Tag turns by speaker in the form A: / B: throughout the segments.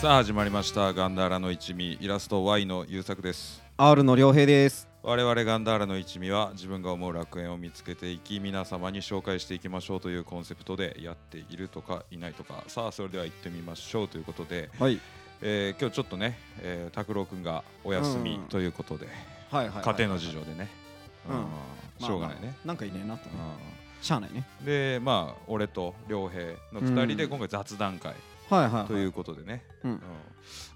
A: さあ始まりましたガンダーラの一味イラスト Y の優作です
B: R の良平です。
A: 我々ガンダーラの一味は自分が思う楽園を見つけていき皆様に紹介していきましょうというコンセプトでやっているとかいないとかさあそれでは行ってみましょうということで、
B: はい。
A: えー今日ちょっとねえー拓郎、くんがお休み
B: うん
A: ということで、
B: はいはい。
A: 家庭の事情でね、
B: うん
A: うんしょうがないね、
B: なんかいねえなとね。
A: うん
B: しゃあないね。
A: でまあ俺と良平の2人で
B: うん
A: 今回雑談会
B: はいはい、はい。
A: ということでね、
B: うん
A: うん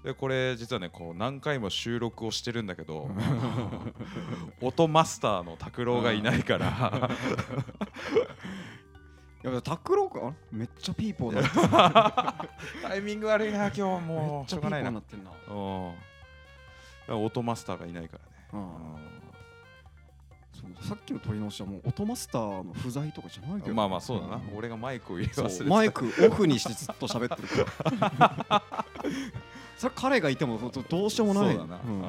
A: でこれ実はねこう何回も収録をしてるんだけ ど音マスターの拓郎がいないから
B: やっぱタクロかめっちゃピーポーだ。めっ
A: タイミング悪いな今日もう
B: ち
A: し
B: ゃ
A: ょう
B: ピ
A: が
B: ーポ
A: ない
B: ー
A: な
B: なってんな。
A: うんだから音マスターがいないからね、
B: うんそうさっきの撮り直しはもう音マスターの不在とかじゃないけ
A: う
B: ど。
A: んまあまあそうだな、
B: ん
A: 俺がマイクを入れ忘
B: そ
A: れ
B: う
A: てた
B: マイクオフにしてずっと喋ってるから。 それ彼がいてもどどうしようもない。
A: そうだな、
B: ん
A: うん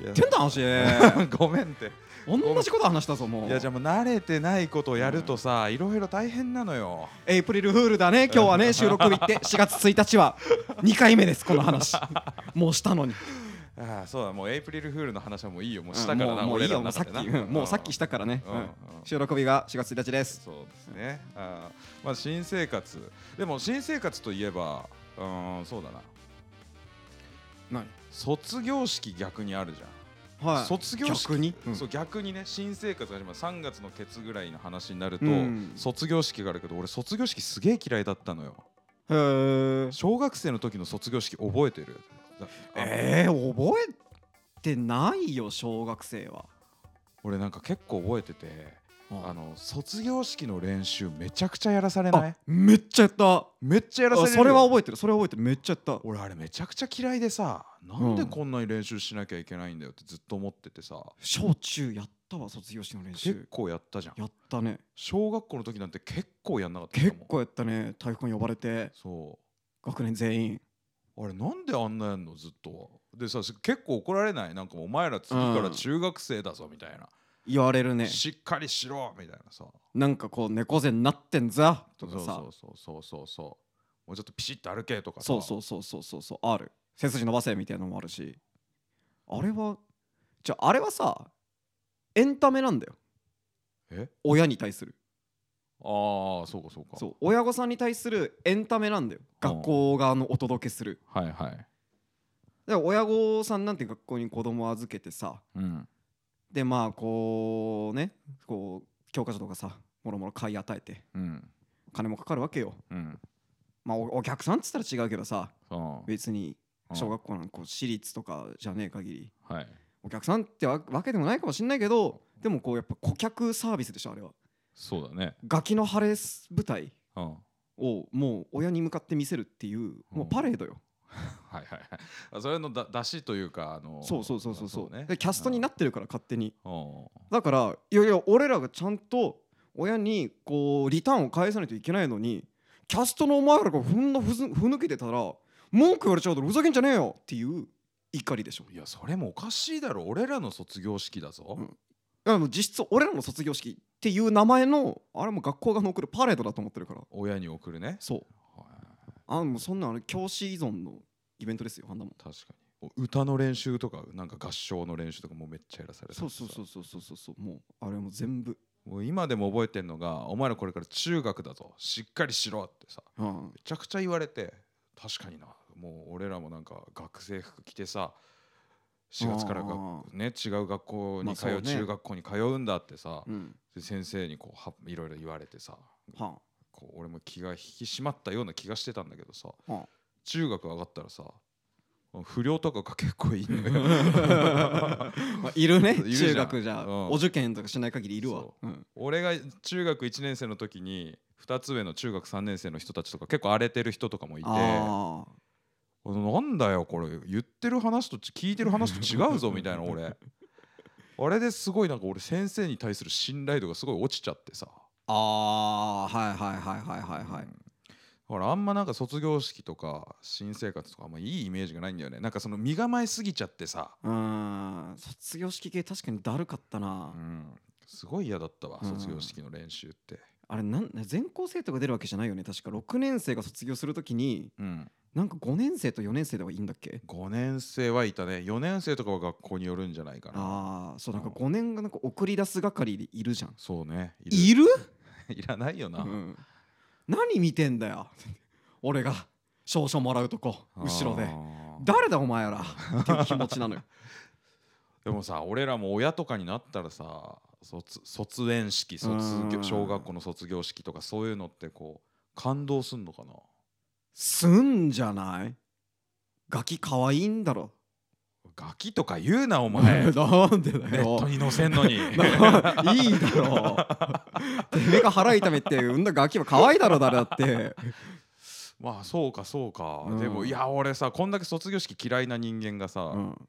A: いや
B: てんだ話。
A: ごめんって
B: 同じこと話したぞ もう。
A: いやじゃあもう慣れてないことをやるとさ、いろいろ大変なのよ。
B: エイプリルフールだね今日はね収録 日って4月1日は2回目ですこの話もうしたのに
A: ああそうだもうエイプリルフールの話はもういいよもうしたからな、
B: うんもうもうい
A: 俺
B: い
A: ら
B: よ
A: の
B: もうさ
A: 中
B: っ
A: で
B: き
A: な
B: うんもうさっきしたからね
A: うん
B: うん
A: うん
B: 収録日が4月1日です
A: そうですね。ああまあ新生活でも新生活といえばうんそうだな
B: 何
A: 卒業式逆にあるじゃん。
B: はい
A: 卒業式
B: 逆にうん
A: そう逆にね新生活始まる3月のケツぐらいの話になると、
B: うん
A: 卒業式があるけど俺卒業式すげえ嫌いだったのよ
B: へー
A: 小学生の時の卒業式覚えてる
B: えー覚えてないよ小学生は
A: 俺なんか結構覚えててあ
B: あ
A: の卒業式の練習めちゃくちゃやらされない
B: めっちゃやった
A: めっちゃやらさ
B: あ
A: れるよ
B: それは覚えてるそれは覚えてるめっちゃやった
A: 俺あれめちゃくちゃ嫌いでさなんで
B: うん
A: こんなに練習しなきゃいけないんだよってずっと思っててさ
B: 小中やったわ卒業式の練
A: 結
B: 習
A: 構やったじゃん
B: やったね
A: 小学校の時なんて結構やんなかった
B: 結
A: かも
B: 構やったね体育館呼ばれて
A: そ
B: 学年全員
A: うあれなんであんなやんのずっとでさ結構怒られないなんかお前ら次から中学生だぞみたいな、
B: 言われるね
A: しっかりしろみたいなさ
B: なんかこう猫背になってんざとかさ
A: そうそうそうそうそうもうちょっとピシッと歩けとかさ
B: そうそうそうそうそうそうある背筋伸ばせみたいなのもあるしあれはじゃああれはさエンタメなんだよ
A: え
B: 親に対する
A: ああそうかそうか
B: そう親御さんに対するエンタメなんだよ学校側のお届けする
A: はいはい
B: だから親御さんなんて学校に子供預けてさ
A: うん
B: でまあこうねこう教科書とかさもろもろ買い与えて
A: うん
B: 金もかかるわけよ
A: うん
B: まあおお客さんっつったら違うけどさ
A: そう
B: 別に
A: うん
B: 小学校なんかこう私立とかじゃねえ限り
A: はい
B: お客さんってわわけでもないかもしんないけどでもこうやっぱ顧客サービスでしょあれは
A: そうだね
B: ガキの晴れ舞台
A: うん
B: をもう親に向かって見せるっていうもうパレードよ、
A: はいはいはいあ。それのだ出しというか、あの
B: そうそうそうそうそう
A: ね、
B: でキャストになってるから勝手に
A: うんお
B: だからいやいや俺らがちゃんと親にこうリターンを返さないといけないのにキャストのお前らがふんのふずふぬけてたら文句言われちゃうだろふざけんじゃねえよっていう怒りでしょ
A: ー。いや、それもおかしいだろ。俺らの卒業式だぞ。
B: うんいやもう実質俺らの卒業式っていう名前のあれも学校が送るパレードだと思ってるから
A: 親に送るね。
B: そう
A: はい
B: あもうそんなあれ教師依存のイベントですよあんなもん
A: 確かに。お歌の練習とか、なんか合唱の練習とかもめっちゃやらされて
B: そうそうそうそうそうそうそうもうあれも全部
A: う。もう今でも覚えてんのが、お前らこれから中学だぞ。しっかりしろってさ、
B: うん
A: めちゃくちゃ言われて、確かにな。もう俺らもなんか学生服着てさ、4月からが
B: あー
A: ね、違う学校
B: ま
A: に
B: あ
A: 通
B: そう
A: う、
B: ね
A: 中学校に通うんだってさ、
B: うん
A: で先生にこうはいろいろ言われてさ
B: は
A: こう俺も気が引き締まったような気がしてたんだけどさ
B: あは
A: 中学上がったらさ不良とかが結構いいのよ
B: あまあいるね
A: いるじゃん
B: 中学じゃ
A: うん
B: お受験とかしない限りいるわ
A: そ
B: うん
A: 俺が中学1年生の時に2つ上の中学3年生の人たちとか結構荒れてる人とかもいて
B: ああ
A: なんだよこれ言ってる話とち聞いてる話と違うぞみたいな俺あれですごいなんか俺先生に対する信頼度がすごい落ちちゃってさ
B: ああはいはいはいはいはいはい
A: うんほらあんまなんか卒業式とか新生活とかあんまいいイメージがないんだよねなんかその身構えすぎちゃってさ、
B: うん卒業式系確かにだるかったな、
A: うん、すごい嫌だったわ
B: うん
A: 卒業式の練習って
B: あれなん全校生徒が出るわけじゃないよね確か6年生が卒業するときに
A: うん
B: なんか5年生と4年生ではいいんだっけ
A: 5年生はいたね4年生とかは学校によるんじゃないかな
B: ああそうなんか
A: うん
B: 5年がなんか送り出す係でいるじゃん
A: そうねい
B: いる、
A: る いらないよ
B: う
A: な、
B: ん、何見てんだよ 俺が証書もらうとこ後ろで
A: あー
B: 誰だお前らっていう気持ちなのよ
A: でもさ俺らも親とかになったらさ卒卒園式卒
B: う
A: 業
B: ん
A: 小学校の卒業式とかそういうのってこう感動すんのかな
B: すんじゃないガキ可愛いんだろ
A: ガキとか言うなお 前
B: なんで
A: ネ
B: だ
A: ッ
B: よ
A: トに載せん のに
B: いいだろ う。てめえが腹痛めって産んだガキは可愛いだろ誰だって。
A: まあそうかそうか、
B: うん
A: でもいや俺さこんだけ卒業式嫌いな人間がさ、
B: うん、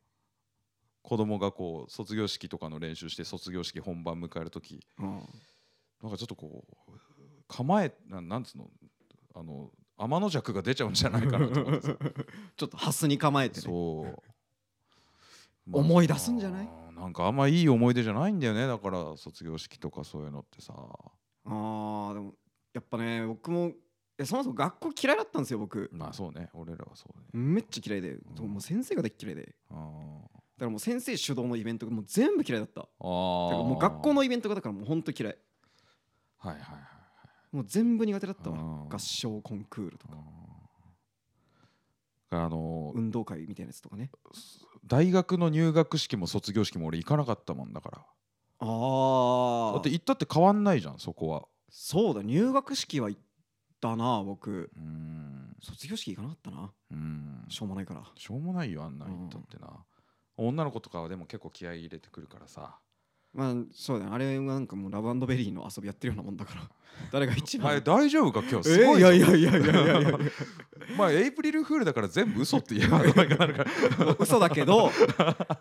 A: 子供がこう卒業式とかの練習して卒業式本番迎える時なんかちょっとこう構えななんつうのあの天の弱が出ちゃうんじゃないかなと思 ってさ
B: ちょっとハスに構えてね。
A: そう、
B: 思い出すんじゃない
A: なんかあんまいい思い出じゃないんだよねだから卒業式とかそういうのってさ
B: ああでもやっぱね僕もいやそもそも学校嫌いだったんですよ僕。
A: まあそうね俺らはそうね
B: めっちゃ嫌いで、もう先生がで嫌いで。
A: あ
B: だからもう先生主導のイベントがもう全部嫌いだった。
A: あ
B: だからもう学校のイベントがだからもう本当嫌い。
A: はいはいはい
B: もう全部苦手だったわ
A: うん。
B: 合唱コンクールとか
A: あーあの
B: 運動会みたいなやつとかね。
A: 大学の入学式も卒業式も俺行かなかったもんだから
B: ああ。
A: だって行ったって変わんないじゃんそこは
B: そうだ入学式は行ったな僕
A: うーん
B: 卒業式行かなかったな
A: うーん
B: しょうもないから
A: しょうもないよあんな行ったってな、女の子とかはでも結構気合い入れてくるからさ
B: まあそうだねあれはなんかもうラブベリーの遊びやってるようなもんだから誰が一
A: お前
B: 番
A: 大丈夫か今日
B: え
A: すごい
B: い
A: ぞ
B: やいやいやいやいやいや
A: お前エイプリルフールだから全部嘘って言えばどうにかなるから
B: 嘘だけど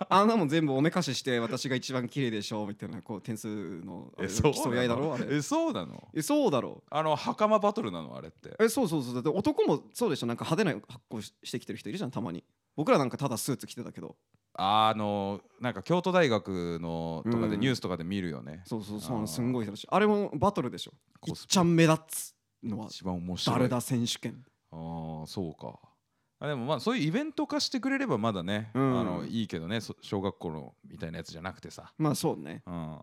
B: あんなもん全部おめかしして私が一番綺麗でしょみたいな こう点数のあれ競い合いだろあれ
A: えそうなの
B: えそうだろ
A: あの袴バトルなのあれって
B: えそうそうそうだって男もそうでしょなんか派手な格好ししてきてる人いるじゃんたまに僕らなんかただスーツ着てたけど
A: あのなんか京都大学のとかで
B: うん
A: ニュースとかで見るよね、
B: そうそうそ
A: あ
B: うあ
A: ー
B: のすんごい人だしあれもバトルでしょいっ
A: コスプレ
B: ちゃん目立つのは
A: 一番面白い
B: 誰だ選手権
A: ああそうかあでもまあそういうイベント化してくれればまだね、
B: うん
A: あのいいけどねそ小学校のみたいなやつじゃなくてさ
B: まあそうね
A: うん、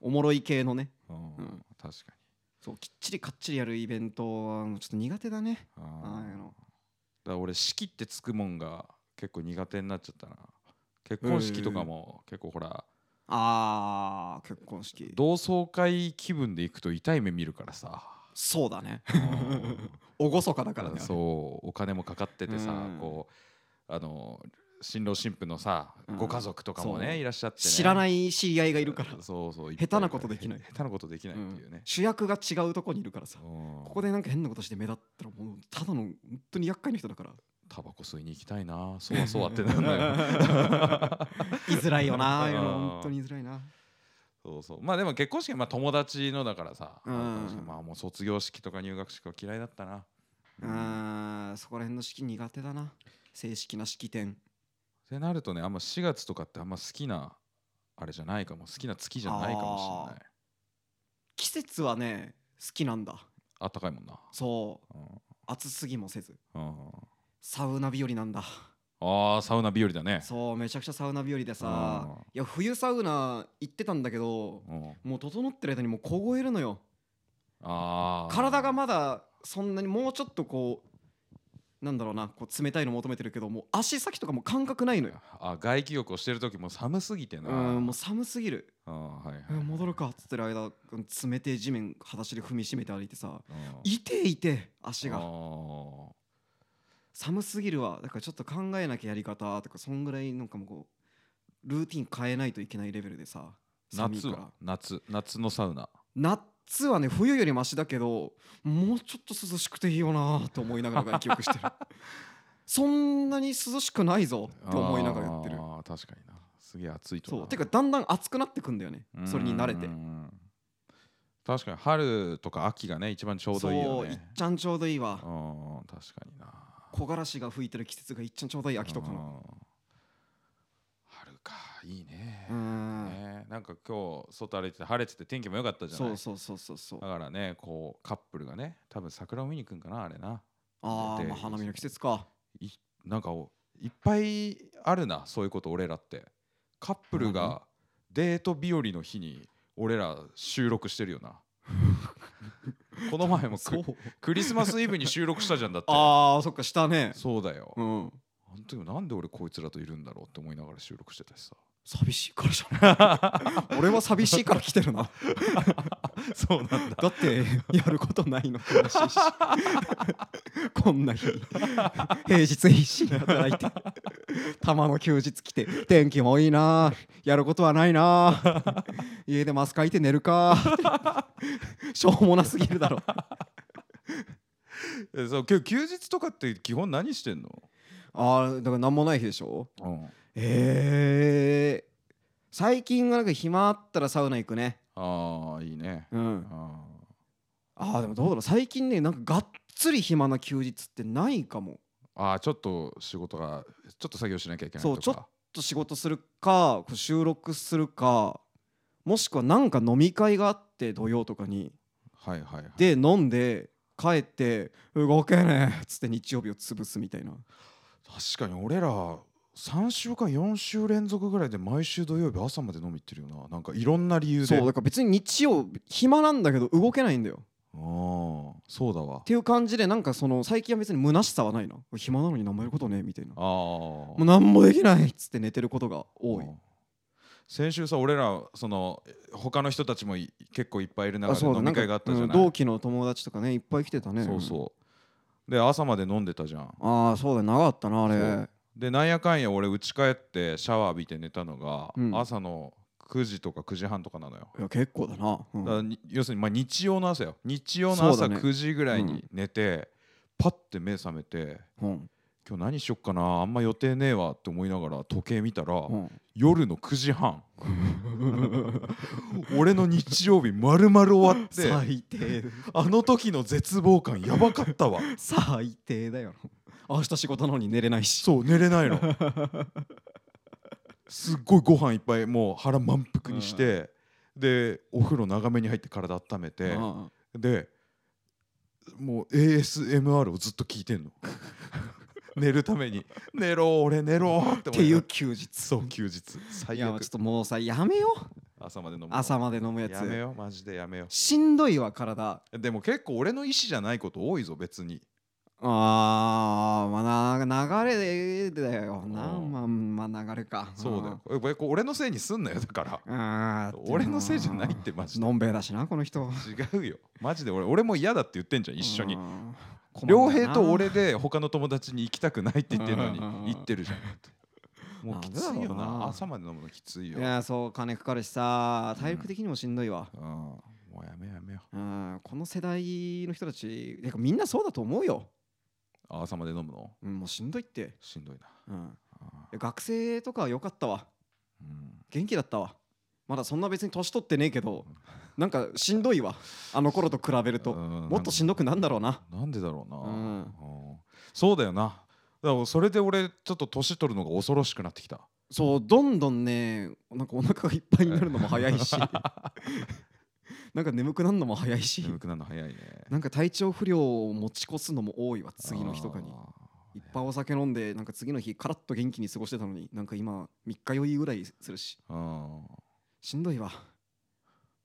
B: おもろい系のね
A: うん
B: うん
A: 確か
B: そうきっちりかっちりやるイベントはちょっと苦手だね
A: に
B: あ
A: あ
B: あ
A: ー
B: いうの
A: だから俺式ってつくもんが結構苦手になっちゃったな結婚式とかも結構ほら
B: あー結婚式
A: 同窓会気分で行くと痛い目見るからさ
B: そうだね
A: うん
B: 厳 かだからね
A: そうお金もかかっててさ、
B: うん
A: こうあの新郎新婦のさ、
B: うん
A: ご家族とかも
B: そ
A: ね
B: う
A: いらっしゃって、ね、
B: 知らないい知り合いがいるから
A: そうそう
B: 下手なことできない
A: っぱい下手なことできないっていう
B: うん
A: ね、
B: 主役が違うとこにいるからさ
A: うん
B: ここでなんか変なことして目立ったらもうただの本当に厄介な人だ から
A: タバコ吸いに行きたいなそわそわってなんだよ
B: 居づらいよなああいうの
A: うん
B: 本当に居づらいな
A: そうそうまあでも結婚式はまあ友達のだからさ、
B: うん
A: あるかもしれないまあもう卒業式とか入学式は嫌いだったな、っ
B: あーそこら辺の式苦手だな正式な式典
A: てなるとねあんま4月とかってあんま好きなあれじゃないかも好きな月じゃないかもしれない
B: 季節はね好きなんだ
A: あったかいもんな、
B: そう
A: うん
B: 暑すぎもせず
A: うん
B: サウナ日和なんだ
A: あーサウナ日和だね
B: そうめちゃくちゃサウナ日和で
A: う
B: さ
A: ん
B: いや冬サウナ行ってたんだけど
A: うん
B: もう整ってる間にもう凍えるのよ
A: あー
B: 体がまだそんなにもうちょっとこうなんだろうなこう冷たいの求めてるけどもう足先とかもう感覚ないのよ
A: あ外気浴をしてる時も寒すぎてな
B: うんもう寒すぎる
A: あーはいはい
B: うん戻るかっつってる間冷てえ地面裸足で踏みしめて歩いてさ
A: うん
B: 痛え痛え足
A: あ
B: が
A: ー
B: 寒すぎるわだからちょっと考えなきゃやり方とかそんぐらいなんかもうこうルーティン変えないといけないレベルでさ寒い
A: 夏
B: か
A: は
B: ら
A: 夏夏のサウナ
B: 夏はね冬よりマシだけどもうちょっと涼しくていいよなと思いながら外気 浴してるそんなに涼しくないぞって思いながらやってる
A: あー確かになすげえ暑いとな
B: そうてかだんだん暑くなってくんだよねそれに慣れて
A: うんうんうん確かに春とか秋がね一番ちょうどいいよ
B: そういっ
A: ね
B: ちゃんちょうどいいわ
A: うん確かにな
B: 木枯らしが吹いてる季節がいっちゃんちょうどいい秋とか
A: う
B: の
A: ん春かいいね
B: うーん
A: ねなんか今日外歩いてて晴れてて天気も良かったじゃない
B: そうそうそうそうそう
A: だからねこうカップルがね多分桜を見に行くんかなあれな
B: ああ
A: で
B: まあ花見の季節か
A: いなんかおいっぱいあるなそういうこと俺らってカップルがデート日和の日に俺ら収録してるよ なこの前もククリスマスイブに収録したじゃんだって
B: ああそっかしたね
A: そうだよ、
B: うん
A: あの時もなんで俺こいつらといるんだろうって思いながら収録してたしさ
B: 寂しいからじゃない 俺は寂しいから来てる な
A: そうなんだ
B: だってやることないの悲しいしこんな日平日必死に働いてたまの休日来て天気もいいなやることはないな家でマス書いて寝るかしょうもなすぎるだろ
A: えそう今日休日とかって基本何してんの、
B: あーだから何もない日でしょ
A: うん、
B: えー、最近はなんか暇あったらサウナ行くね
A: ああいいね
B: うん
A: あ
B: あーでもどうだろう最近ねなんかがっつり暇な休日ってないかも
A: ーあーちょっと仕事がちょっと作業しなきゃいけないとか
B: そうちょっちょっと仕事するかこう収録するかもしくはなんか飲み会があって土曜とかに
A: はいはいはい
B: で飲んで帰って動けねえっつって日曜日を潰すみたいな
A: 確かに俺ら3週間4週連続ぐらいで毎週土曜日朝まで飲み行ってるよななんかいろんな理由で
B: そうだから別に日曜暇なんだけど動けないんだよっ
A: ああそうだわ
B: ていう感じでなんかその最近は別に虚しさはないな暇なのに何もやることねえみたいなも
A: ああ
B: う何もできないっつって寝てることが多い
A: うん先週さ俺らそのえ他の人たちもい結構いっぱいいる中
B: あ
A: で
B: そうだ
A: 飲
B: な
A: み
B: んか
A: 会があったじゃ
B: うん
A: ない
B: 同期の友達とかねいっぱい来てたね
A: そうそうで朝まで飲んでたじゃん
B: ああそうだ長かったなあ
A: そ
B: れ
A: うでなんやかんや俺家帰ってシャワー浴びて寝たのが、
B: うん
A: 朝の9時とか9時半とかなのよ、
B: いや結構だな、うん
A: だからに要するにまあ日曜の朝よ日曜の
B: そ
A: 朝
B: うだね
A: 9時ぐらいに寝て、パッて目覚めて
B: うん
A: 今日何しよっかなあんま予定ねえわって思いながら時計見たら、
B: うん、
A: 夜の9時半俺の日曜日 まるまる終わって
B: 最低
A: あの時の絶望感やばかったわ
B: 最低だよ明日仕事なのに寝れないし
A: そう寝れ ないのすっごいご飯いっぱいもう腹満腹にして、でお風呂長めに入って体温めて、
B: あ
A: でもう ASMR をずっと聞いてんの 寝るために寝ろ俺寝ろって
B: あっ
A: 思
B: て
A: な
B: いう
A: がら
B: 休日
A: そう休日
B: い
A: 最
B: やちょ
A: 悪
B: っともうさやめよう
A: 朝まで飲むの
B: 朝まで飲むやつ
A: やめようマジでやめよ
B: しんどいわ体
A: うでも結構俺の意思じゃないこと多いぞ別に
B: あーまあな流れでだよな
A: うん
B: まあまあ流れか
A: そうだよこれこれ俺のせいにすんなよだから
B: あー
A: 俺のせいじゃないってマジで
B: のんべえだしなこの人
A: 違うよマジで俺俺も嫌だって言ってんじゃん一緒に
B: うん
A: 良平と俺で他の友達に行きたくないって言ってるのに
B: うん
A: 行ってるじゃんもうきつい
B: な
A: よ
B: んでだろう
A: な
B: な
A: 朝まで飲むのきつい
B: い
A: よ
B: やそう金かかるしさ体力的にもしんどいわ
A: うんもうやめようやめよ
B: うんこの世代の人たちてかみんなそうだと思うよ、
A: うあ朝まで飲むの
B: うん、もうしんどいって、
A: しんどいな
B: うん、
A: あ
B: いや学生とかは良かったわ
A: ーうん
B: 元気だったわまだそんな別に年取ってねえけどなんかしんどいわあの頃と比べると
A: うん
B: もっとしんどくなんだろうな
A: なんでだろうな、
B: うん
A: うんそうだよなだからそれで俺ちょっと年取るのが恐ろしくなってきた
B: そうどんどんねなんかお腹がいっぱいになるのも早 いしなんか眠くなるのも早いし
A: 眠くなるの早いね
B: なんか体調不良を持ち越すのも多いわ次の日とかに
A: あ
B: いっぱいお酒飲んでなんか次の日カラッと元気に過ごしてたのになんか今3日酔いぐらいするし
A: ーうん
B: しんどいわ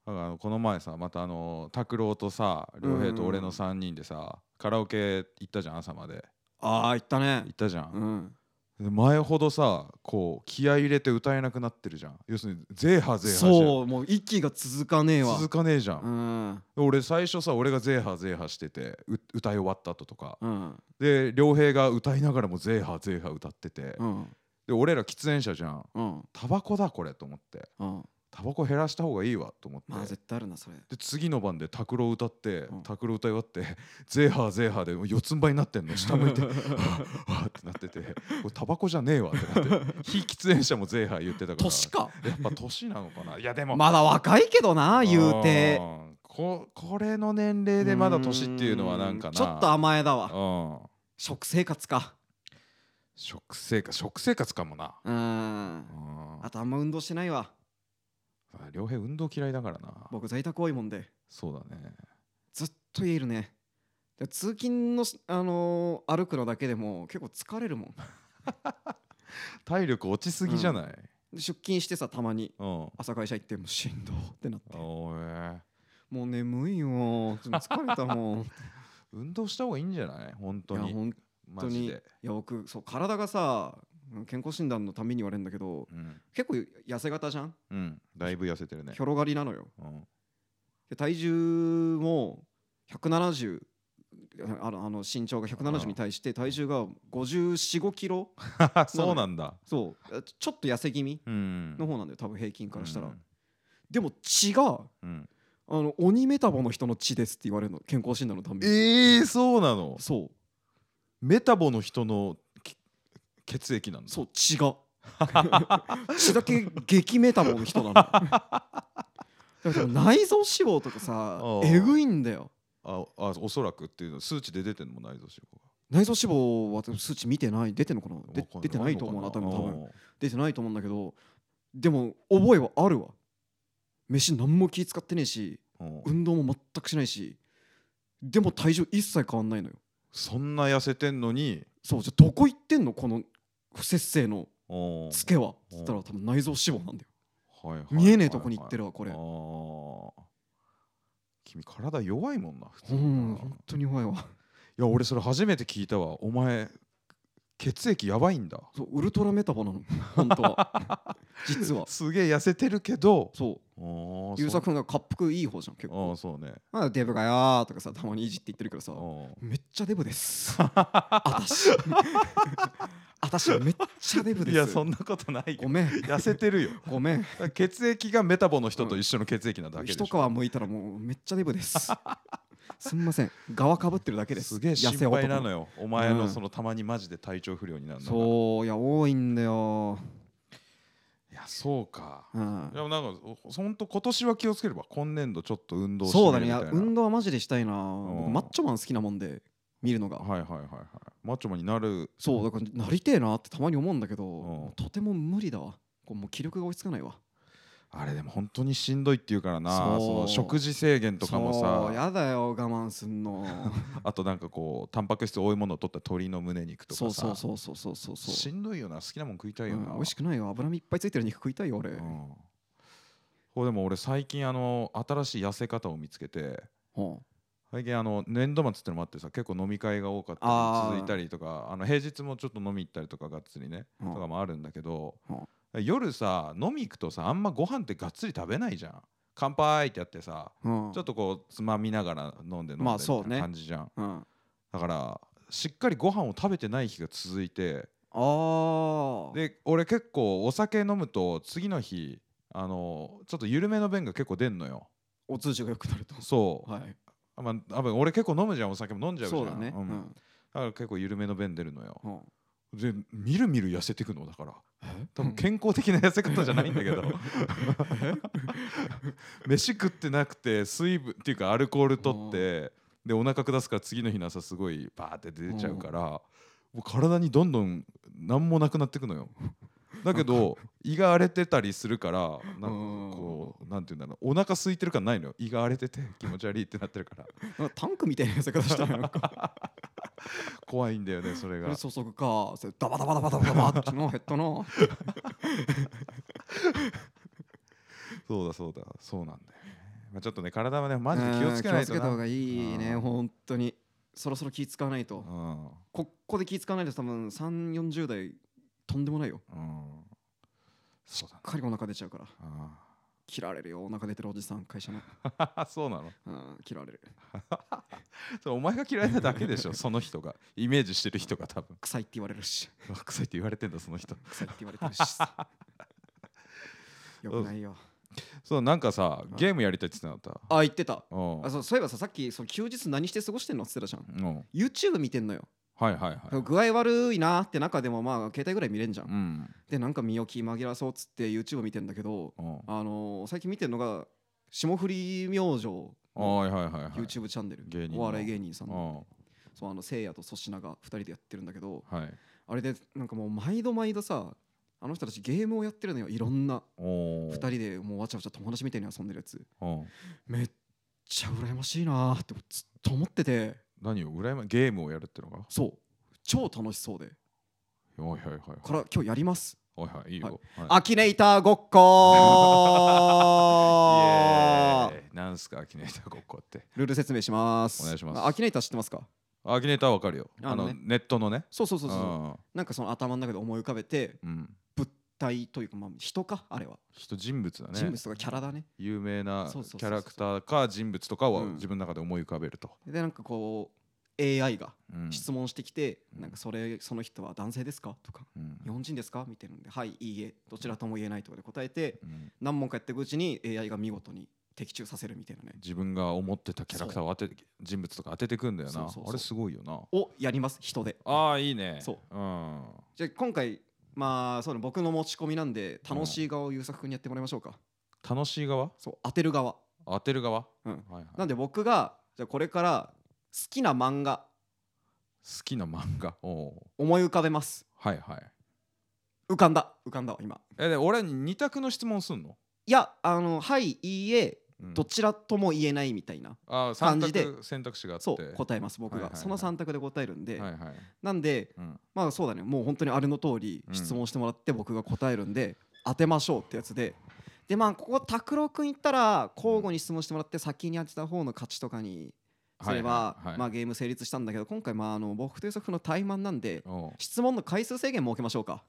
A: だからこの前さまたあの拓郎とさ良平と俺の3人でさカラオケ行ったじゃん朝まで
B: ああいったね
A: 行ったじゃ、
B: うんん
A: で前ほどさこう気合い入れて歌えなくなってるじゃん要するにゼーハーゼーハーじゃん
B: そうもう息が続かねえわ
A: 続かねえじゃん
B: う、ん
A: 俺最初さ俺がゼーハーゼーハーしててう歌い終わった後とか
B: うん
A: で良平が歌いながらもゼーハーゼーハー歌ってて、
B: うん
A: で俺ら喫煙者じゃん
B: うん
A: タバコだこれと思って
B: うん
A: タバコ減らした方がいいわと思って、
B: まあ絶対あるなそれ
A: で次の番で拓郎歌って
B: うん
A: 拓郎歌い終わって「ゼーハーゼーハー」で四つん這いになってんの下向 いて「はあはあ」ってなってて「これタバコじゃねえわ」って なって非喫煙者もゼーハー言ってたから
B: 年か
A: やっぱ年なのかないやでも
B: まだ若いけどな言うて
A: んここれの年齢でまだ年っていうのはなんかな
B: ちょっと甘えだわ
A: うん
B: 食生活か
A: 食生活食生活かもな
B: うん
A: うん
B: あとあんま運動してないわ
A: あ良平運動嫌いだからな
B: 僕在宅多いもんで
A: そうだね
B: ずっと家いるねで通勤のし、あのー歩くのだけでも結構疲れるもん
A: 体力落ちすぎじゃない、
B: で出勤してさたまに
A: うん
B: 朝会社行ってもうしんどってなっても
A: おーえ
B: う眠いよ疲れた もんい
A: 運動した方がいいんじゃない本当
B: や
A: に
B: 本
A: マ
B: 当
A: ジ
B: にい
A: で、
B: や僕そう体がさ健康診断のために言われるんだけど
A: うん
B: 結構痩せ型じゃん
A: うん、だいぶ痩せてるね
B: ひょろがりなのよ
A: うん
B: で体重も170あのあの身長が170に対して体重が545キロ
A: そうなんだ
B: そうちょっと痩せ気味
A: うん
B: の方なんだよ多分平均からしたら、
A: うん
B: でも血が
A: うん
B: あの鬼メタボの人の血ですって言われるの健康診断のために
A: えー、そうなの
B: そう
A: メタボの人のき血液なんだ
B: そう血が 血だけ激メタボの人なのだからでも内臓脂肪とかさ
A: おう
B: えぐいんだよ
A: ああおそらくっていうの数値で出てんのも内臓脂肪
B: 内臓脂肪は数値見てない出てんのかな
A: が
B: で
A: わかん
B: 出てないと思う
A: あ
B: なん多
A: の
B: 分
A: か
B: 多分
A: うん
B: 出てないと思うんだけどでも覚えはあるわ飯何も気使ってねえし
A: うん
B: 運動も全くしないしでも体重一切変わんないのよ
A: そんな痩せてんのに
B: そうじゃあどこ行ってんのこの不節制の
A: うん
B: ツケはつったら多分内臓脂肪なんだよ
A: はいはい
B: 見えねえとこに行ってるわこ
A: こ
B: れ
A: 君体弱いもんな普通
B: う
A: に
B: ん
A: な
B: 本当に弱いわ
A: いや俺それ初めて聞いたわお前血液やばいんだ
B: そうウルトラメタボなの本当は 実は
A: すげえ痩せてるけど
B: そ
A: あー
B: う優作君が滑腹いい方じゃん結
A: そあー
B: 構
A: そうね
B: 「まあデブがや」とかさたまにいじって言ってるけどさ
A: うん
B: めっちゃデブです あたし あたしめっちゃデブです
A: いやそんなことない
B: ご
A: よ
B: めん
A: 痩せてるよ
B: ごめん
A: だから血液がメタボの人と一緒の血液なだけでしょ
B: 一皮むいたらもうめっちゃデブですすみません側かぶってるだけです
A: すげえ心配なの
B: よ
A: よお前
B: う
A: の
B: ん
A: そのたまにマジで体調不良になるのが
B: そういや多いんだよ、
A: いやそうか
B: うん
A: で、もなんか本当今年は気をつければ今年度ちょっと運動してみ
B: そうだ
A: る
B: ねい
A: みた
B: や
A: いな
B: 運動はマジでしたいな僕
A: うん
B: マッチョマン好きなもんで見るのが、
A: はいはいはいはいマッチョマンになる
B: そうだからなりてえなってたまに思うんだけど、
A: ん
B: とても無理だわこうもう気力が追いつかないわ
A: あれでも本当にしんどいっていうからな
B: そう
A: その食事制限とかも
B: そう
A: さ
B: やだよ我慢すんの
A: あとなんかこうタンパク質多いものを取った鶏の胸肉 とか
B: そ
A: さ
B: うそうそうそうそうそうそ
A: しんどいよな好きなもん食いた
B: う、
A: いよな、
B: うん美味しくないよ脂身いっぱいついてる肉食いたいよ俺、
A: う
B: うん
A: んこれでも俺最近あの新しい痩せ方を見つけて最近あの年度末ってのもあってさ結構飲み会が多かった
B: あ
A: り
B: ー
A: 続いたりとかあの平日もちょっと飲み行ったりとかがっつりね、
B: うん
A: とかもあるんだけど、
B: うん
A: 夜さ飲み行くとさあんまご飯ってがっつり食べないじゃん乾杯ってやってさ
B: うん
A: ちょっとこうつまみながら飲んで飲んでみ
B: まあ
A: た
B: そ
A: いうな
B: ね
A: 感じじゃん、
B: うん、
A: だからしっかりご飯を食べてない日が続いて
B: ああ
A: で俺結構お酒飲むと次の日あのちょっと緩めの便が結構出んのよ
B: お通じが良くなると
A: そう、
B: はい
A: まあ多分俺結構飲むじゃんお酒も飲んじゃうじゃん
B: そうだね、
A: んだから結構緩めの便出るのよ
B: うん
A: でみるみる痩せてくのだから
B: え
A: 多分健康的な痩せ方じゃないんだけど 飯食ってなくて水分っていうかアルコール取ってでお腹下すから次の日の朝すごいバーって出ちゃうからもう体にどんどん何もなくなってくのよだけど胃が荒れてたりするからなんかこうなんていうんだろうお腹空いてる感ないのよ胃が荒れてて気持ち悪いってなってるから
B: なんかタンクみたいな痩せ方したのよなんか
A: 怖いんだよねそれ
B: こ
A: が
B: れ注ぐかそれダバダバダバダバダバって の減ったな
A: そうだそうだそうなんだよね、まあ、ちょっとね体はねマジで気をつけないと
B: うん気をつけた方
A: な
B: がいいね
A: うん
B: 本当にそろそろ気使わないと
A: うん
B: ここで気使わないと多分3 4 0代とんでもないよ
A: うんそうだね
B: しっかりお腹出ちゃうから
A: あ
B: 切られるよお腹出てるおじさん会社の、
A: あ そうなの
B: うん、切られる
A: それお前が嫌いなだけでし ょその人がイメージしてる人が多分
B: 臭いって言われるし
A: う わ臭いって言われてんだその人
B: 臭いって言われてるし よくないよ
A: そうなんかさ
B: ん
A: ゲームやりたいって言ってなかった
B: あ言ってた
A: うん
B: あそうそういえばささっきその休日何して過ごしてんのって言ってたじゃん
A: うん
B: YouTube 見てんのよ
A: はいはいはい
B: 具合悪いなって中でもまあ携帯ぐらい見れんじゃん、
A: うん
B: でなんか身を気紛らわそうっつって YouTube 見てんだけど
A: うん
B: あのー最近見てるのが霜降り明星の
A: はいはいはいはい
B: YouTube チャンネル、
A: 芸人の
B: お笑い芸人さんの
A: うん
B: そうあのせいやと粗品が2人でやってるんだけど
A: はい
B: あれでなんかもう毎度毎度さあの人たちゲームをやってるのよいろんな
A: お
B: 2
A: ー
B: 人でもうわちゃわちゃ友達みたいに遊んでるやつ
A: うん
B: めっちゃ羨ましいなーってずっと思ってて
A: 何を羨まゲームをやるってのが
B: そう超楽しそうで
A: はいはいはいはい
B: から今日やります
A: はいはいいいよ、はい
B: アキネイターごっこ
A: イエーイなんすかアキネーターごっこって
B: ルール説明します
A: お願いします
B: あアキネイター知ってますか
A: アキネーターわかるよあ
B: あ
A: の
B: のね
A: ネットのね
B: そうそうそうそう
A: あ
B: なんかその頭の中で思い浮かべて
A: ーうん
B: 物体というかまあ人かあれは
A: 人人物だね
B: 人物とかキャラだね
A: 有名なキ
B: そうそうそうそ
A: ャ
B: う
A: ラクターか人物とかを
B: うん
A: 自分の中で思い浮かべると、
B: でなんかこう AI が
A: うん
B: 質問してきて
A: うん
B: なんかそれその人は男性ですかとか
A: うん
B: 日本人ですかみたいなのではいいいえどちらとも言えないとかで答えて
A: うん
B: 何問かやっていくうちに AI が見事に的中させるみたいなね
A: 自分が思ってたキャラクターを当てて人物とか当ててくんだよな
B: そうそうそう
A: あれすごいよな
B: をやります人で
A: ああいいね、
B: そう
A: ん、
B: じゃあ今回まあそうね僕の持ち込みなんで楽しい側を優作君にやってもらいましょうか
A: 楽しい側
B: そう当てる側
A: 当てる側、
B: うん
A: はいはい、
B: なん
A: 好
B: で僕がじゃあこれから好きな漫画
A: きな漫画おう
B: 思い浮かべます
A: はいはい
B: 浮かんだ浮かんだわ今
A: えで俺二択の質問すんの、
B: いやあのはいいいえ
A: うん
B: どちらとも言えないみたいな
A: あー三
B: 感じで
A: 択選択肢があって
B: そう答えます僕
A: はいは
B: が
A: いはい
B: その3択で答えるんで
A: はいはい、
B: なんで
A: うん、
B: まあそうだねもう本当にあれの通り
A: うん
B: 質問してもらって僕が答えるんで当てましょうってやつででまあここ拓郎君いったら交互に質問してもらって先に当てた方の勝ちとかにすれば
A: はいはいはい
B: まあゲーム成立したんだけど今回まああの僕と予測の怠慢なんで
A: おう
B: 質問の回数制限設けましょうか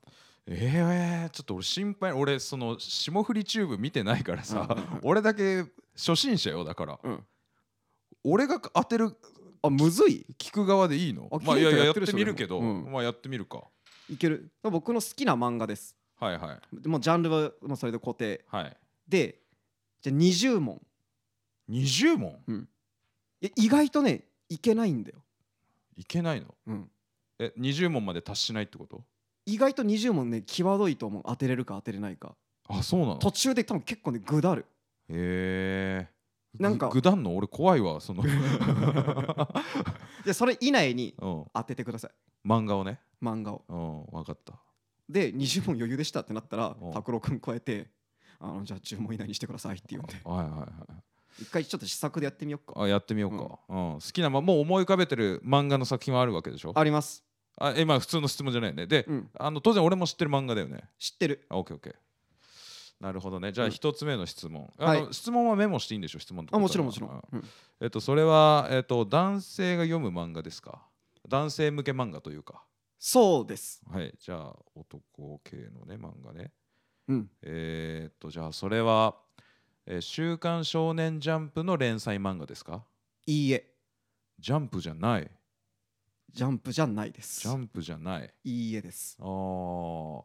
A: えー、ちょっと俺心配俺その霜降りチューブ見てないからさ、
B: うんうんうん
A: 俺だけ初心者よだから
B: うん
A: 俺が当てる
B: あむずい
A: 聞く側でいいの
B: あ
A: まあいやいやや
B: や
A: っ
B: っててるでしょ
A: みるけど、
B: うん
A: まあやってみるか
B: いける僕の好きな漫画です
A: はいはい
B: でもうジャンルはもうそれで固定
A: はい
B: でじゃあ20問
A: 20問
B: いや意外とねいけないんだよ、
A: いけないの
B: うん、
A: え20問まで達しないってこと
B: 意外と20問ね際どいと思う当てれるか当てれないか
A: あそうなの
B: 途中で多分結構ねぐだる
A: へえー、
B: なんか
A: ぐぐだんの俺怖いわその、うん、
B: でそれ以内に当ててください
A: 漫画をね
B: 漫画を
A: うん分かった
B: で20問余裕でしたってなったら
A: お
B: 拓郎君超えてあのじゃあ10問以内にしてくださいって言うんで
A: はいはいはい
B: 一回ちょっと試作でやってみようか
A: あやってみようか、うん好きなまもう思い浮かべてる漫画の作品はあるわけでしょ
B: あります、
A: あ今普通の質問じゃないよねで、
B: うん、
A: あの当然俺も知ってる漫画だよね
B: 知ってる
A: あオッケーオッケーなるほどねじゃあ
B: うん
A: 一つ目の質問、あ
B: はい
A: の質問はメモしていいんでしょ質問とか
B: あもちろんもちろ、
A: うん
B: うん
A: えっとそれはえっと男性が読む漫画ですか男性向け漫画というか
B: そうです
A: はいじゃあ男系のね漫画ね
B: うん
A: えーっとじゃあそれは、えー週刊少年ジャンプ」の連載漫画ですか
B: いいえ
A: ジャンプじゃない
B: ジャンプじゃないです
A: ジャンプじゃない
B: いいえです
A: あー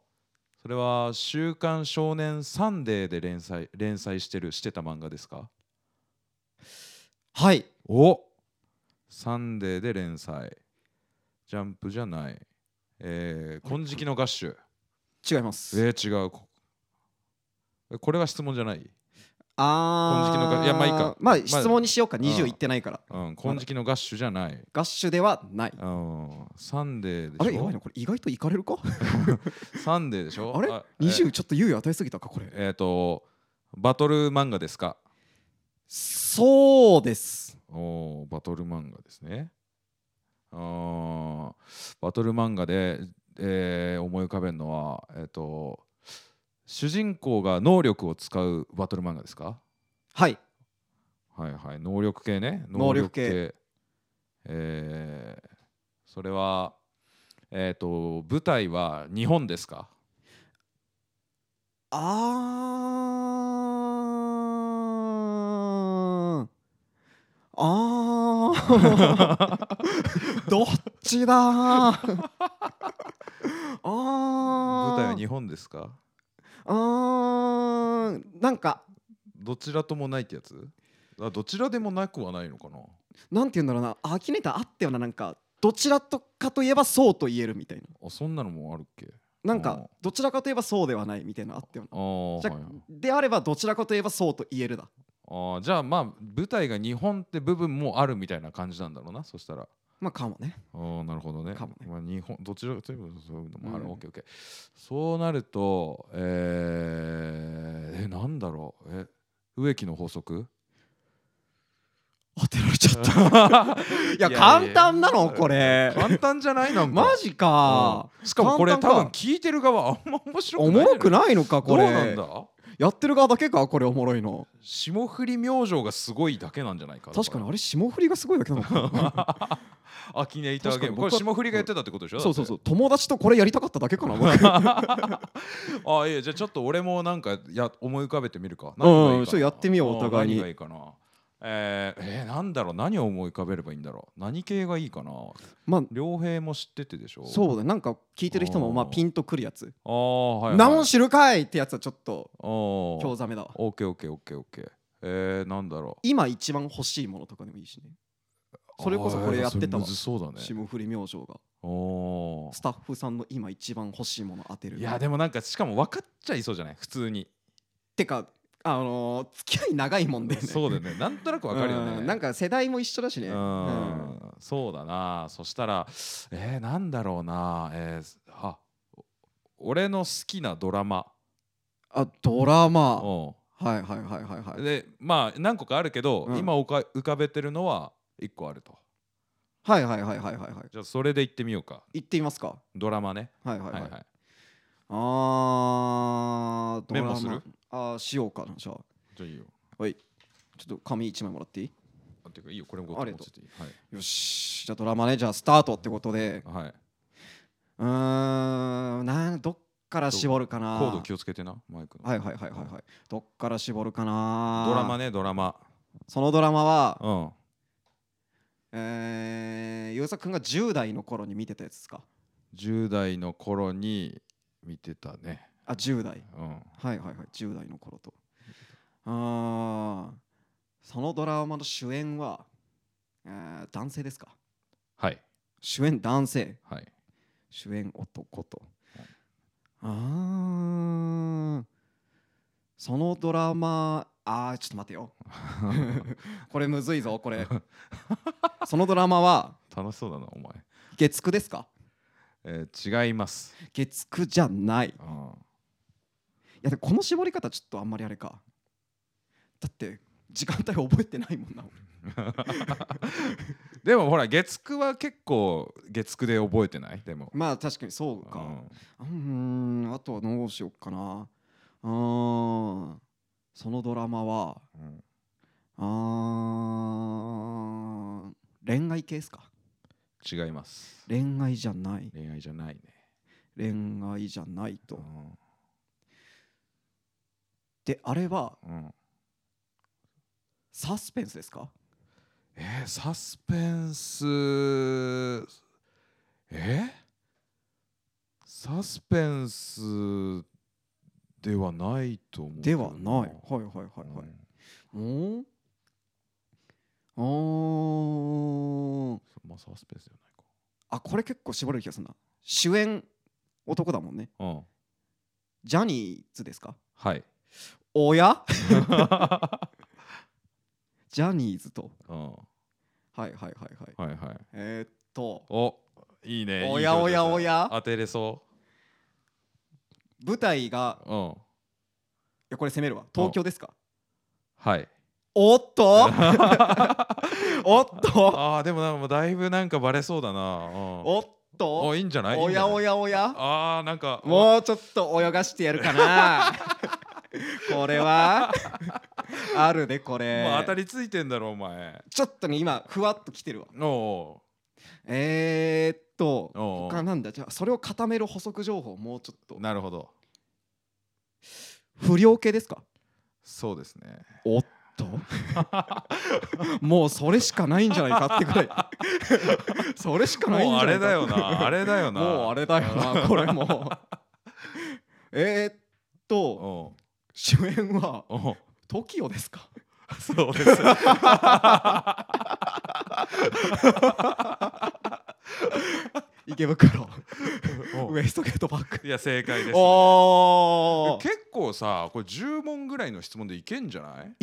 A: それは「週刊少年サンデー」で連載連載してるしてた漫画ですか
B: はい
A: おサンデーで連載ジャンプじゃないえー、金色の合衆
B: 違います
A: えー、違うこえこれは質問じゃない
B: あ
A: 金色のかいやまあいいか
B: まあ
A: まあ
B: 質問にしようか
A: うん
B: 20いってないから
A: うん金色の合衆じゃない
B: ガッシュではない
A: うんサンデーでしょ
B: あれやばいなこれ意外といかれるか
A: サンデーでしょ
B: あれ
A: え
B: 20ちょっと猶予与えすぎたかこれ
A: えっ、とバトル漫画ですか
B: そうです
A: おーバトル漫画ですねあーバトル漫画で、えー思い浮かべるのはえっ、と主人公が能力を使うバトル漫画ですか
B: はい
A: はいはい能力系ね
B: 能力系
A: えーそれはえっ、と舞台は日本ですか
B: あーあ ーどっちだーあー
A: 舞台は日本ですか
B: あーなんか
A: どちらともないってやつあどちらでもなくはないのかな
B: なんて言うんだろうなアキネーターあったよななんかどちらとかといえばそうと言えるみたいな
A: あそんなのもあるっけ
B: なん
A: うん
B: かどちらかといえばそうではないみたいなのあったよな
A: あー
B: じゃあ
A: はいはい
B: であればどちらかといえばそうと言えるだ
A: あーじゃあまあ舞台が日本って部分もあるみたいな感じなんだろうなそしたら
B: まあかもね
A: ああなるほどね。
B: かもね
A: まあ日本どちらかといえばそういうのもある。
B: うん
A: オッケーオッケー。そうなるとえー、えなんだろうえ植木の法則？
B: 当てられちゃったいや簡単なのこれ
A: 簡単じゃないなんか。
B: マジか
A: うんしかもこれ多
B: 簡単か
A: 分聞いてる側あんま面白く
B: お
A: ないんじゃ
B: も
A: ない。
B: ろくないのかこれ
A: どうなんだ？
B: やってる側だけかこれおもろいの
A: 霜降り明星がすごいだけなんじゃないか。
B: 確かにあ
A: れ。
B: れ霜降りがすごいだけなの かな
A: アキネイターゲーム。
B: 確かに僕
A: こ
B: は
A: れ霜降りがやってたってことでしょ？。
B: そうそうそうう友達とこれやりたかっただけか な 僕
A: ああいやじゃあちょっと俺もなんかや思い浮かべてみるか。
B: うん
A: 何がいいかな
B: ちょっとやってみようお互いに
A: うん何がいいかな。えー、えーなんだろう何を思い浮かべればいいんだろう何系がいいかな
B: まあ
A: 両平も知っててでしょう
B: そうだなんか聞いてる人もまあ
A: うん
B: ピンとくるやつ
A: ああはい、はい、
B: 何も知るかいってやつはちょっと
A: あー
B: 興ざめだわ
A: オッケーオッケーオッケーオッケーえー、なんだろ
B: 今一番欲しいものとかでもいいしね
A: う
B: それこそこれやってた
A: あーそれ
B: わ
A: むずそうだね
B: 霜降り明星が
A: おー
B: スタッフさんの今一番欲しいもの当てる
A: いやでもなんかしかも分かっちゃいそうじゃない普通に、
B: てかあのー付き合い長いもんでね
A: そうだよねなんとなく分かるよね
B: うんなんか世代も一緒だしね
A: う
B: うん
A: んそうだなそしたらえー、なんだろうなえー、あお俺の好きなドラマ
B: あドラマは
A: うん
B: いはいはいはいはい
A: でまあ何個かあるけど、
B: うん
A: 今おか浮かべてるのは1個あると
B: はいはいはいはいはいはい
A: じゃあそれで行ってみようか
B: 行ってみますか
A: ドラマね
B: はいはい
A: は
B: はいい
A: はい
B: あードラマ
A: メモする
B: あーしようかなじゃあ
A: じゃあいいよ
B: はいちょっと紙一枚もらっていい
A: あていうかいいよこれも
B: ありがとう
A: 持ってていい
B: よしじゃあドラマねじゃあスタートってことで
A: はい、はいう
B: ーんなんどっから絞るかな
A: コード気をつけてなマイクの
B: はいはいはいはいはいどっから絞るかな
A: ドラマ
B: ね
A: ねドラマ
B: そのドラマは
A: うん
B: えーゆうさくんが10代の頃に見てたやつですか
A: 10代の頃に見てたね
B: あ10代
A: うん
B: はいはいはい10代の頃とあーそのドラマの主演は、えー男性ですか
A: はい
B: 主演男性
A: はい
B: 主演男と
A: はい
B: あーそのドラマあーちょっと待て よこれむずいぞこれそのドラマは
A: 楽しそうだなお前
B: 月9ですか
A: えー違います、
B: 月9じゃない
A: うん、
B: いやでもこの絞り方ちょっとあんまりあれかだって時間帯覚えてないもんな俺
A: でもほら月9は結構月9で覚えてないでも
B: まあ確かにそう
A: う
B: か
A: ん
B: うんんあとはどうしようかなうーんそのドラマは
A: うん
B: あー恋愛系ですか
A: 違います
B: 恋愛じゃない
A: 恋愛じゃないね
B: 恋愛じゃないうと
A: ん
B: であれは
A: うん、
B: サスペンスですか
A: えー、サスペンスえー、サスペンスではないと思うけ
B: で
A: ど
B: はないはいはいはいはい、
A: うん
B: うんあー
A: まあサスペンスじゃ
B: あこれ結構絞れる気がするな主演男だもんね
A: ないかうん
B: ジャニーズですか
A: はい
B: おや ジャニーズと
A: うん
B: はいはいはいは
A: は
B: い
A: いはい
B: えー、っと
A: おいいね
B: おやおやおや
A: いい状態当てれそ
B: 舞台が
A: ううん
B: いやこれ攻めるわ東京ですか
A: はい
B: おっ とおっと
A: ああでもなんかだいぶなんかバレそうだなうん
B: おっ
A: お
B: と
A: いいんじゃない
B: おやお
A: や
B: やおや
A: ああなんか
B: もうちょっと泳がしてやる かなこれはあるでこれ
A: もう当たりついてんだろお前
B: ちょっとね今ふわっときてるわ
A: おお
B: えー、っと
A: うおう
B: 他なんだじゃあそれを固める補足情報もうちょっと
A: なるほど
B: 不良系ですか
A: そうですね
B: おっと もうそれしかないんじゃないかってくらいそれしかないんじ
A: もう
B: ゃ
A: あ
B: な
A: れ
B: いか
A: だよなあれだよな
B: もうあれだよなこれも うえーっ
A: お
B: と
A: う
B: 主演は
A: おう
B: TOKIO ですか
A: そうです
B: 池 袋
A: うん
B: ウエストゲートパック
A: いや正解です、ね、
B: おー
A: 結構さこれ10問ぐらいの質問でいけんじゃない、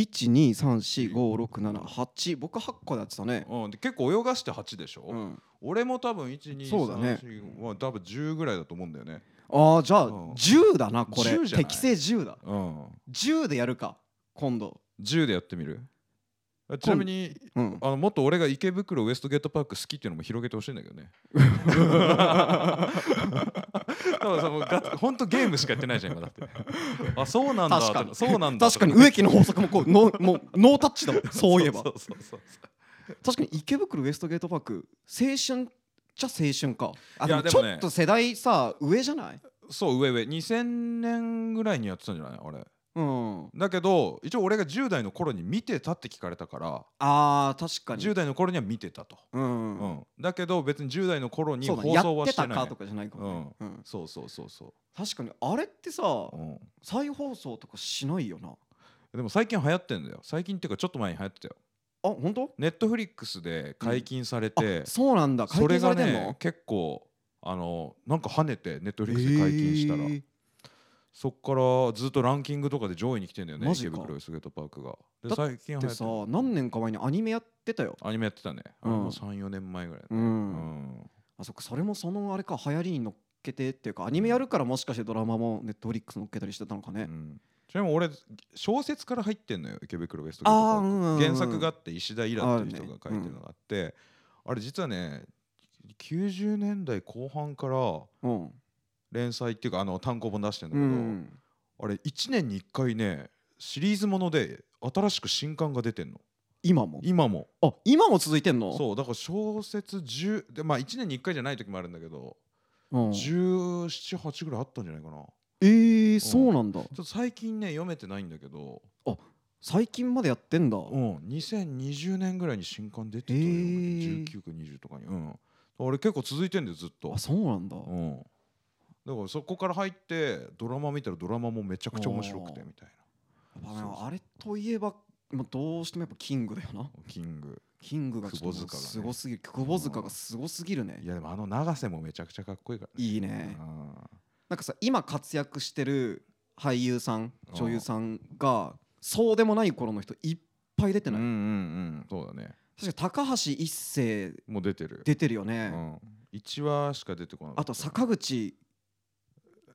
B: 1234567僕8個やってたね
A: うん、で結構泳がして8でしょ、
B: うん
A: 俺も多分1 2
B: そうだね
A: 3 4は多分10ぐらいだと思うんだよね
B: ああじゃあ
A: うん
B: 10だなこれ
A: 10じゃない
B: 適正10だ
A: うん
B: 10でやるか今度
A: 10でやってみるあちなみに
B: うん
A: あのもっと俺が池袋ウエストゲートパーク好きっていうのも広げてほしいんだけ どね。多分そのガツ本当ゲームしかやってないじゃん今だって。あそうなんだ
B: 確かに
A: そうなんだ
B: 確かに植木の法則もこうノーもうノータッチだもん そういえば
A: そうそうそうそう
B: 確かに池袋ウエストゲートパーク青春じゃ青春かあ
A: い
B: でも
A: や
B: ちょ
A: でもね
B: っと世代さ上じゃない
A: そう上上2000年ぐらいにやってたんじゃないあれ。
B: うん
A: だけど一応俺が10代の頃に見てたって聞かれたから
B: あー確かに
A: 10代の頃には見てたと。
B: うん
A: うん、だけど別に10代の頃に
B: そう
A: 放
B: だねや
A: 送
B: っ
A: は
B: て
A: してな
B: た
A: い。
B: かとかじゃないかもねうん
A: そうそうそうそ
B: 確かにあれってさ
A: う。うん
B: 再放送とかしないよな
A: でも最近流行ってんだよ最近っていうかちょっと前に流行ってたよ
B: あ本当
A: ネットフリックスで解禁されて、
B: あそうなんだ解
A: それ
B: 禁さ
A: が
B: れてん
A: ね
B: の
A: 結構あのなんか跳ねてネットフリックスで解禁したら、
B: えー
A: そっからずっとランキングとかで上位に来てんだよね
B: マジ
A: 池
B: か
A: 袋ウエストゲートパークがで
B: だっ
A: 最近流行
B: で
A: って
B: さ
A: る
B: 何年か前にアニメやってたよ
A: アニメやってたね、
B: うん
A: あれも34年前ぐらいだ
B: う
A: ね、うん
B: あそっかそれもそのあれか流行りに乗っけてっていうかアニメやるからもしかしてドラマもネットフリックス乗っけたりしてたのかね、
A: うんちなみに俺小説から入ってんのよ池袋ウエストゲート
B: あ
A: パー
B: あ、う
A: ク
B: んうんうん
A: 原作があって石田イラっていう人が書いてるのがあってあ,、れ実はね90年代後半から
B: うん、
A: 連載っていうかあの単行本出してんだ
B: う
A: けど、
B: ん、
A: あれ1年に1回ねシリーズもので新しく新刊が出てんの
B: 今も
A: 今も
B: あ今も続いてんの
A: そうだから小説10でまあ1年に1回じゃない時もあるんだけど
B: う、ん、
A: 178ぐらいあったんじゃないかなちょ
B: えー、そうなんだ
A: っと最近ね読めてないんだけど
B: 最近までやってんだ、
A: うん2020年ぐらいに新刊出てたよ、ね
B: えー
A: 19か20とかにうん俺結構続いてんだよずっと
B: あそうなんだ、
A: うんだからそこから入ってドラマ見たらドラマもめちゃくちゃ面白くて
B: おー
A: みたい
B: あ
A: そうそう
B: あれといえば、まあ、どうしてもやっぱキングだよな
A: なキング
B: キングがちょっともう
A: 窪塚がね
B: すごすぎる久保塚がすごすぎるね
A: いやでもあの永瀬もめちゃくちゃかっこいいから
B: いいうね
A: ん
B: なんかさ今活躍してる俳優さん女優さんがそうでもない頃の人いっぱい出てない、
A: うんうんうんそうだね
B: 確か高橋一生
A: もう出てる
B: 出てるよ
A: う
B: ね、
A: ん、1話しか出てこない
B: あと坂口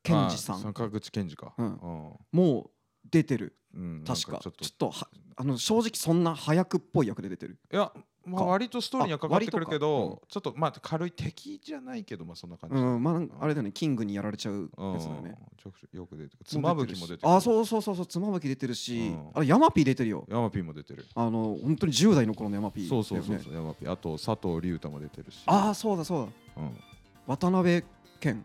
B: 健二さん
A: 坂口健二か
B: うん
A: ん
B: もう出てる
A: うん
B: 確か
A: なん
B: ち
A: ち
B: ょ
A: ょ
B: っ
A: っ
B: と
A: と
B: はあの正直そんな早くっぽい役で出てる
A: いやま
B: か
A: あ割とストーリーにはかかってくるけ
B: あ割
A: ど、ちょっとまあ軽い敵じゃないけどまあそんな感じ、
B: う
A: うん
B: んまあなんかあれだよねキングにやられちゃうやつだよね
A: ちょくちょくよく出てくる妻夫木も出てくる
B: あそうそうそうそう妻夫木出てるし、
A: うん
B: あれ山 P 出てるよ
A: ヤマピーも出てる、
B: あの本当に10代の頃の山 P だよ
A: そ
B: ね
A: うそうそうそうヤマピーあと佐藤隆太も出てるし
B: ああそうだそうだ
A: うん
B: 渡辺謙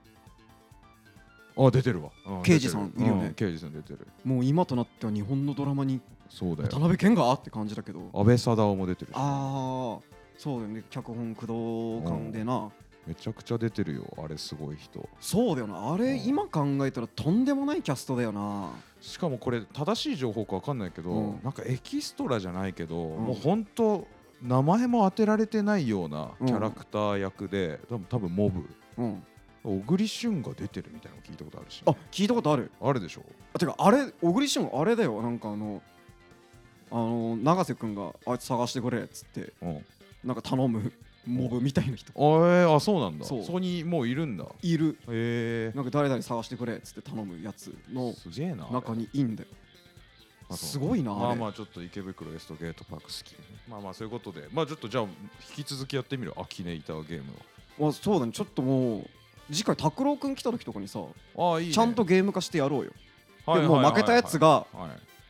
A: あ出てるわ、う
B: 刑事さん
A: 出てる
B: いるよね
A: う刑事さん出てる
B: もう今となっては日本のドラマに
A: そうだよ
B: 渡辺謙がって感じだけど
A: 安倍貞夫も出てるし
B: ああそうだよね脚本工藤感でな、
A: めちゃくちゃ出てるよあれすごい人
B: そうだよなあれ、
A: うん
B: 今考えたらとんでもないキャストだよな
A: しかもこれ正しい情報か分かんないけど、
B: うん
A: なんかエキストラじゃないけど、
B: ん
A: もうほんと名前も当てられてないような
B: うん
A: キャラクター役で、多分多分モブ
B: うん
A: 小栗旬が出てるみたいなの聞いたことあるし、
B: あ聞いたことある
A: あるでしょ
B: あてかあれ小栗旬あれだよなんかあのあの永瀬君があいつ探してくれっつって
A: うん、あ
B: なんか頼むモブみたいな人
A: えーあそうなんだ
B: そう
A: そこにもういるんだへ
B: いる
A: え
B: なんか誰々探してくれっつって頼むやつの
A: すげえなあれ
B: 中にいいんだよ
A: あそう
B: すごいなあれ
A: まあまあちょっと池袋ウエストゲートパーク好きまあまあそういうことでまあちょっとじゃあ引き続きやってみるアキネイターゲーム
B: まあ、そうだねちょっともう次回拓郎くん来た時とかにさ
A: をああいい、ね、
B: ちゃんとゲーム化してやろうよ
A: はいは
B: で
A: い
B: も
A: は
B: う
A: いはい
B: 負けたやつが
A: はい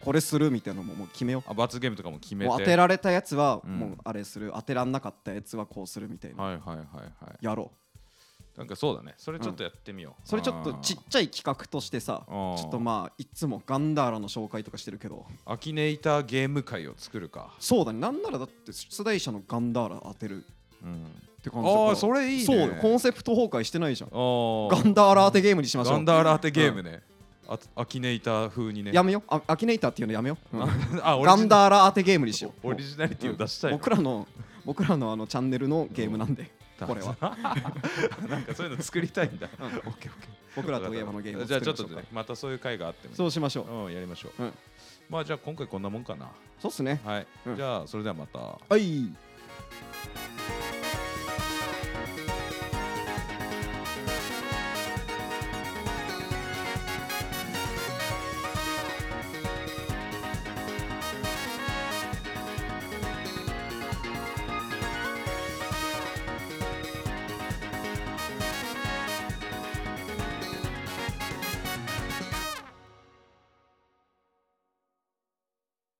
B: これするみたいなのももう決めよう
A: あ罰ゲームとかも決めて
B: もう当てられたやつは
A: うん
B: もうあれする、当てらんなかったやつはこうするみたいな、
A: はいはいはいはい
B: やろ
A: なんかそうだねそれちょっとやってみよう、
B: うそれちょっとちっちゃい企画としてさ
A: あー
B: ちょっとまあいつもガンダーラの紹介とかしてるけど
A: あーアキネイターゲーム会を作るか、
B: そうだねなんならだって出題者のガンダーラ当てる
A: うん、
B: って
A: あ
B: 感じだから
A: ーそれいいね
B: そうよコンセプト崩壊してないじゃん
A: あー
B: ガンダーラ当てゲームにしましょう
A: ガンダーラ当てゲームね、あアキネイター風にね
B: やめよあアキネイターっていうのやめよ、うん
A: あ あ
B: ガン
A: ー
B: ダーラ当てゲームにしよう
A: オリジナリティを出したいの、
B: 僕らの僕らのあのチャンネルのゲームなんで、これは
A: なんかそういうの作りたいんだ。
B: うん
A: オッケーオッケー。
B: 僕らといえばのゲームを
A: じゃあ
B: 作
A: ちょっ
B: りましょ
A: と
B: うか
A: またそういう会があっても。
B: そうしましょう
A: うんやりましょう。
B: うん
A: まあじゃあ今回こんなもんかな。
B: そうっすね
A: はい。
B: うん
A: じゃあそれではまた。
B: はい